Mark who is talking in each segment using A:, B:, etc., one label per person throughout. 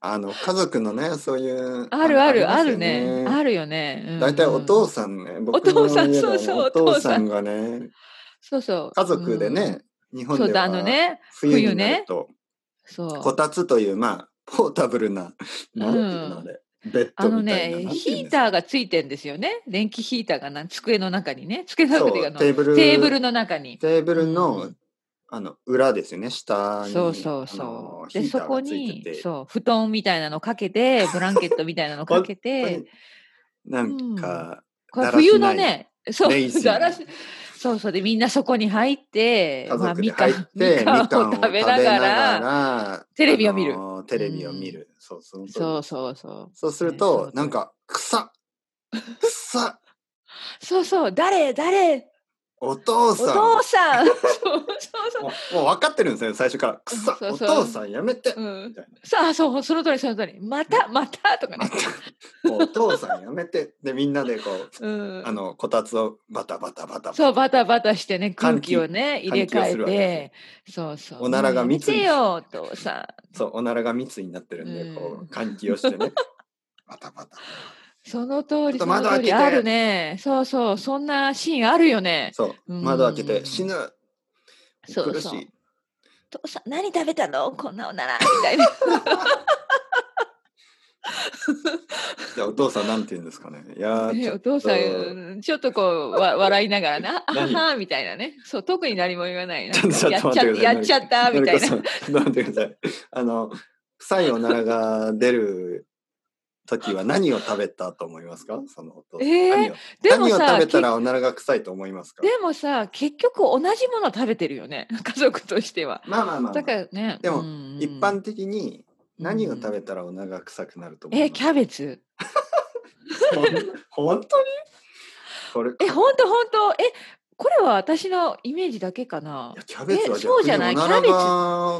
A: あの家族のねそういう
B: あるあるあ
A: ります
B: る
A: よ
B: ね。あるよね。うんうん
A: 大体お父さんね、僕の
B: お父さん
A: 家でも
B: そうそう
A: お父さんがね
B: そうそう。
A: 家族でね、日
B: うん。
A: 本
B: そう
A: で
B: だ
A: は
B: あのね。
A: 冬になると、
B: そう。
A: こたつというまあポータブルななんていうのあれ、ベッ
B: あ
A: ド
B: の
A: みたいな
B: ね、
A: なんて
B: ヒ
A: いうんで
B: ー
A: すか
B: ターがついてんですよね。電気ヒーターがな机の中にね、机の
A: そ
B: 中
A: う
B: でいうかあの
A: テーブル
B: テーブルの中に。
A: テーブルの、
B: うん
A: あの裏ですよね下に
B: そうそう
A: あ
B: そ
A: の
B: う。で、
A: ヒータ
B: そ
A: ー
B: こ
A: がつい
B: に
A: てて、
B: そう、布団みたいなのかけて、ブランケットみたいなのか けて、
A: なんか、
B: これ
A: だらしない
B: 冬のね、そ
A: レイジ
B: う、
A: ー
B: だらし、そうそう、で、みんなそこに入って、
A: 家族で
B: まあ
A: 入
B: み
A: っ
B: かん
A: て、
B: み
A: み
B: か
A: か
B: ん
A: ん
B: を
A: を
B: 食
A: 食
B: べ
A: べ
B: な
A: な
B: が
A: が
B: ら、
A: ら
B: テレビを見る
A: あのーテレビを見る、そうそう
B: そうそうそう。
A: そうする
B: ね
A: と、なん、か、草草
B: そうそうそうそう、誰、誰、
A: お父
B: お
A: さん
B: 父 さん、そうそうそう
A: もうもう分かってるんですよね、最初から。草
B: そう
A: お
B: そう
A: 父さんやめて、
B: うん
A: みたいな
B: さあそうその通りその通りまたまたとかね、
A: もうお父さんやめて。で、みんなでこう、
B: うん
A: あ、の、こたつをバタバタバタバタ。
B: そうバタバタしてね空
A: 換
B: 気
A: 気
B: をね入れ
A: 換気をす
B: 替
A: るわ
B: え
A: けで
B: てそうそう
A: おならが
B: 見
A: 密に
B: てよお父さ
A: そうおならが密になってるんで、こ
B: うん
A: う、換気をしてね。バタバタ。
B: んその通り
A: ちょっと
B: その
A: 窓開
B: 通
A: け
B: り
A: て
B: あるねそうそうそんなシーンあるよね
A: そう、
B: うん
A: 窓開けて、死ぬ
B: そう
A: 苦
B: そう
A: しい。
B: お父さん何食べたのこんなおならみたいな
A: じゃあお父さんなんて言うんですかね。いやー、ち
B: ね
A: ょ
B: お
A: っと
B: 父さんうんちょっとこうわ笑いながらなあは
A: 何
B: はみたいなねそう特に何も言わないな
A: ちょっと
B: や
A: ちょ
B: っ
A: っ
B: ち
A: と
B: ゃ
A: 待ってください
B: やっちゃったみたいな
A: それこそ待ってください。あの、臭いおならが出る時は何を食べたと思いますかそのお父さん。
B: えー
A: 何を
B: でも
A: 何を
B: さ
A: 食べたらおならが臭いと思いますか
B: でもさ結局同じもの食べてるよね 家族としては。
A: まあまあまあ、
B: だからね
A: でも
B: うん
A: 一般的に何を食
B: うん
A: べたらおならが臭くなると思い
B: え
A: ます
B: キャベツ
A: ほん本当にこれ
B: え本当本当えこれは私のイメージだけかない
A: やキャベツは
B: えそうじゃない
A: 逆におならが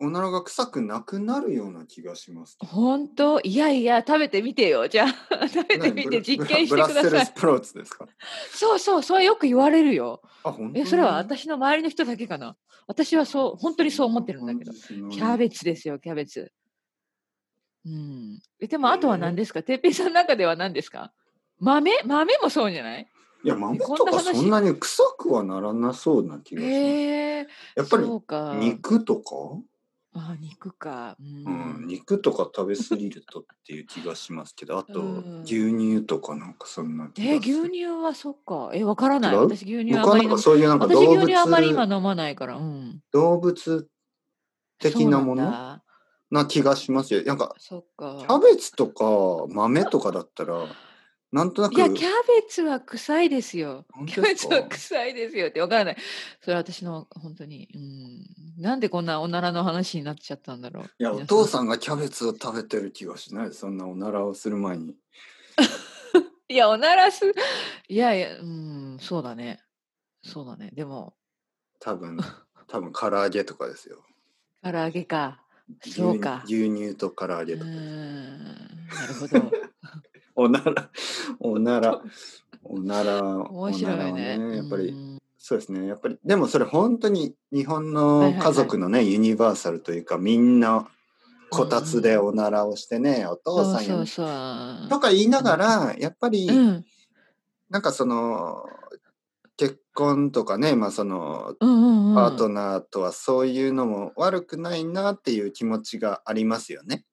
A: おならが臭くなくなるような気がし ます。
B: 本当いやいや食べてみてよじゃあ 食べてみて
A: 何
B: 実験してくだ
A: ブラブラッ
B: さ
A: セル
B: い
A: スプローツですか
B: そうそうそれよく言われるよ
A: あ、本当
B: えそれは私の周りの人だけかな私はそう本当にそう思ってるんだけど
A: ど
B: キャベツですよキャベツうんえでもあとは何ですかてっぺいさんの中では何ですか豆豆もそうじゃない
A: いや、豆
B: こん
A: と
B: な
A: か
B: 話
A: そんなに臭くはならなそうな気がします。
B: へえ
A: やっぱ
B: そう
A: り
B: か
A: 肉とか、
B: あ肉かう
A: うん、
B: ん、
A: 肉とか食べ過ぎるとっていう気がしますけど、あ
B: う
A: と
B: ん
A: 牛乳とかなんかそんな気
B: え
A: がする。
B: 牛乳はそっかえわからない
A: 違う
B: 私牛乳あ
A: 僕はな
B: んま
A: ん
B: り飲
A: か
B: む
A: そういうなんか
B: 私
A: 動
B: 牛乳あんまり今
A: 物
B: 飲まないからうん
A: 動物的なも
B: そう
A: の
B: んだ
A: な気がしますよ。なんか
B: そっ
A: キ
B: か
A: ャベツとか豆とかだったらなんとなく
B: いやキャベツは臭いですよ
A: 本
B: キャ
A: 当で
B: ベ
A: す
B: ツ
A: か
B: は臭いですよってわからないそれは私の本当にうんなんでこんなおならの話になっちゃったんだろう
A: いやお
B: 皆さん
A: 父さんがキャベツを食べてる気がしないそんなおならをする前に。
B: いやおならすいやいやうんそうだねそうだねでも
A: 多分多分唐揚げとかですよ
B: 唐揚げか
A: 牛
B: そうか
A: 牛乳と唐揚
B: う
A: げとか
B: ーんなるほど
A: おならおならおならお
B: 面
A: なら
B: 白い
A: は
B: ね
A: やっぱ
B: う
A: り
B: ん
A: そうですねやっぱりでもそれ本当に日本
B: はい
A: の
B: はいはい
A: 家族のね、ユニバーサルというかみんなこたつでおならをしてね、お父さ
B: そうん
A: や
B: そ
A: め
B: うそう
A: とか言いながらやっぱり、
B: うん
A: なんかその結婚とかねまあその
B: うんうんうん
A: パートナーとはそういうのも悪くないなっていう気持ちがありますよね。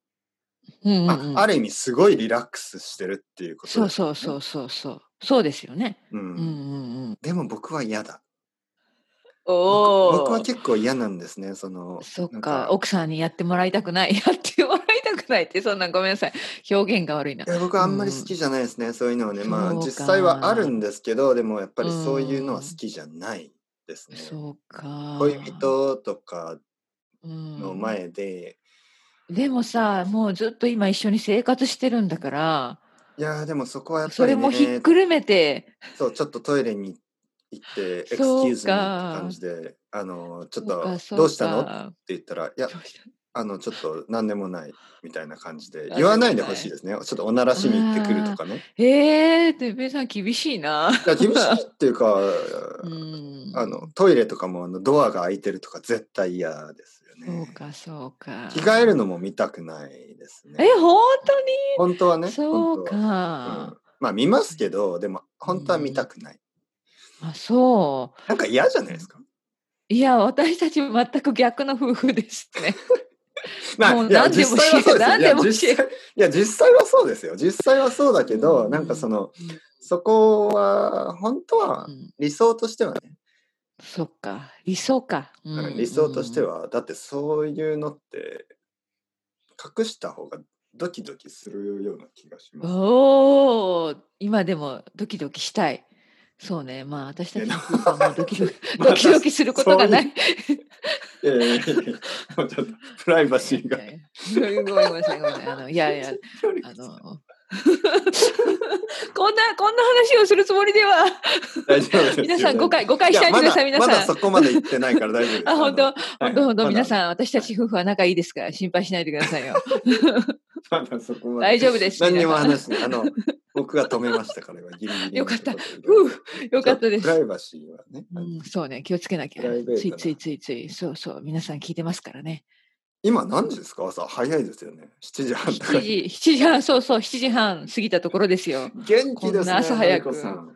B: うんうん
A: ま
B: うん
A: あ、ある意味すごいリラックスしてるっていうこと
B: そ
A: で
B: う
A: すよ
B: そう
A: ね
B: そうそうそうそうですよね
A: う
B: うんんうんうん
A: でも僕は嫌だ
B: おお
A: 僕僕は結構嫌なんですねその
B: そっ
A: な
B: か
A: ん
B: 奥さんにやってもらいたくないやってもらいたくないってそんなんごめんなさい表現が悪いない
A: や僕はあんまり好きじゃないですね、そういうのはねまあ
B: そうか
A: 実際はあるんですけどでもやっぱりそういうのは好きじゃないですね、
B: そうか
A: 恋人とか
B: の
A: の前で、
B: でもさもうずっと今一緒に生活してるんだから
A: いやーでもそこはやっぱ
B: そ
A: り
B: れもひっ
A: ね
B: くるめて
A: そうちょっとトイレに行って「エクスキュ
B: そ
A: ーズ
B: う
A: って
B: か
A: 感じで「あのちょっ
B: そうか
A: と
B: そう
A: どうしたの?」って
B: か
A: 言ったら「いや
B: どうした
A: あの、ちょっと何でもないみたいな感じで
B: 何でもない
A: 言わないでほしいですね。ちょっとおならしに行ってくるとかね。
B: えー、てっぺいさん厳しいな。
A: いや、厳しいっていうか、
B: うん。
A: あの、トイレとかもあのドアが開いてるとか絶対嫌ですよ
B: そう
A: ね。
B: かそうか。
A: 着替えるのも見たくないですね。
B: え、本当に
A: 本当はね。
B: そうか、
A: 本当はうんまあ見ますけど、でも本当は見たくない。
B: あそう
A: なんか嫌じゃないですか。
B: いや私たち全く逆の夫婦です ね
A: ま
B: も
A: あ、
B: う
A: いや
B: 何で
A: 実
B: も
A: 際はそうですよ。
B: 何
A: いや
B: でも
A: 実際いや、実際はそうですよ。実際はそうだけど、
B: うん
A: なんかその、そこは、本当は
B: うん
A: 理想としてはね、
B: そっか理想か、うん
A: 理想としては、だってそういうのって、隠した方がドキドキするような気がし
B: うん
A: ます。
B: おお今でもドキドキしたいそうねまあ私たちの夫婦はもうドキドキ
A: まあ
B: ドキドキすることがない
A: いやいやいやいやもうちょっとプライバシーが。
B: いやいやごめんごめんなさいごめんなさいあのいやいやあの こんなこんな話をするつもりでは
A: 大丈夫ですよ
B: 皆さん誤解誤解しないでください
A: やま
B: 皆さ
A: ま
B: ん
A: だそこまで行ってないから大丈夫です。
B: あ本当
A: の
B: 本当本当、皆
A: ん。
B: さん、私たち夫婦は仲いいですから、心配しないでくださいよ。
A: まだそこまで
B: 大丈夫です。
A: 何にも
B: 皆さん
A: 話しない。あ の、僕が止めましたから、今ギリギリの
B: よかった
A: ところで
B: ふうよかったで
A: プラ
B: す。
A: イバシーはね。あ
B: う
A: の
B: ん、そうね、気をつけなきゃ
A: プライベー。ト
B: つい
A: な
B: ついついつい、そうそう、皆さん聞いてますからね。
A: 今何時ですか朝早いですよね。7時半とか。
B: 7時、7時半、そうそう、7時半過ぎたところですよ。
A: 元気です
B: こん
A: ね。
B: な朝早く
A: のりこさん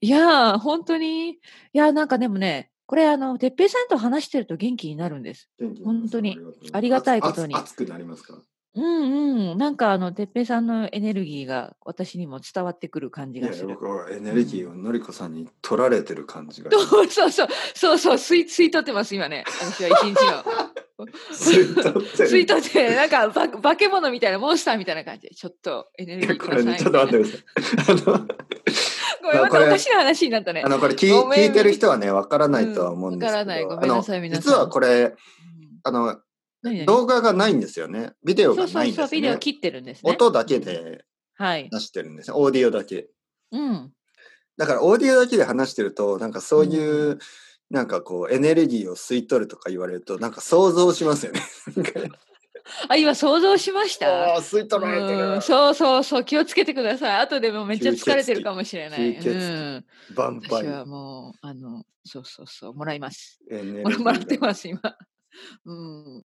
B: いやー、本当に、いやー、なんかでもね、これ、あの、てっぺいさんと話してると元気になるんです。
A: 元気になります
B: 本当に
A: か
B: ありがたいことに
A: あつあつ熱くなりますか
B: うんうん、なんかあの、てっぺいさんのエネルギーが私にも伝わってくる感じ
A: いや
B: が
A: い
B: す
A: や、
B: る。
A: 僕はエネルギーをのりこさんに取られてる感じが。
B: そうそうそう、そうそう、吸い、吸い取ってます、今ね。私は一日の。
A: 吸い取 ってる
B: ツイートで、なんかば、化け物みたいな、モンスターみたいな感じで、ちょっとエネ
A: い
B: ルギ
A: や
B: ーく
A: これ
B: ださい
A: ね、
B: み
A: ち
B: た
A: ょ
B: い
A: っと待って
B: な。
A: ください。あの
B: ごめん、ま
A: こ
B: た
A: れ
B: おかしな話になったね
A: あ。のこれ聞い
B: ごめん
A: 聞いてる人はねわからないとは思うんですけど、
B: うんわからないごめんなさい
A: あの
B: 皆さん
A: 実はこれ
B: うん
A: あの
B: 何々
A: 動画がないんですよねビデオ
B: そ
A: が
B: うそ
A: な
B: う
A: いんです
B: そ
A: よ
B: う、ビデオ
A: ね
B: 切ってるんですね。
A: 音だけで
B: はい。
A: 出してるんですねオーディオだけ
B: うん。
A: だからオーディオだけで話してるとなんかそういう、
B: う
A: なんかこうエネルギーを吸い取るとか言われるとなんか想像しますよね。なん か
B: あ、今想像しました。
A: あー吸い取られて
B: うん
A: る。
B: そうそうそう、気をつけてください。後でもめっちゃ疲れてるかもしれない。
A: 吸血鬼
B: うん。
A: バンパ
B: 私
A: イ
B: は
A: ア
B: もう、あの、そうそうそう、もらいます。
A: エネルギ
B: もら
A: ー
B: もらって
A: が
B: ます、今。うん。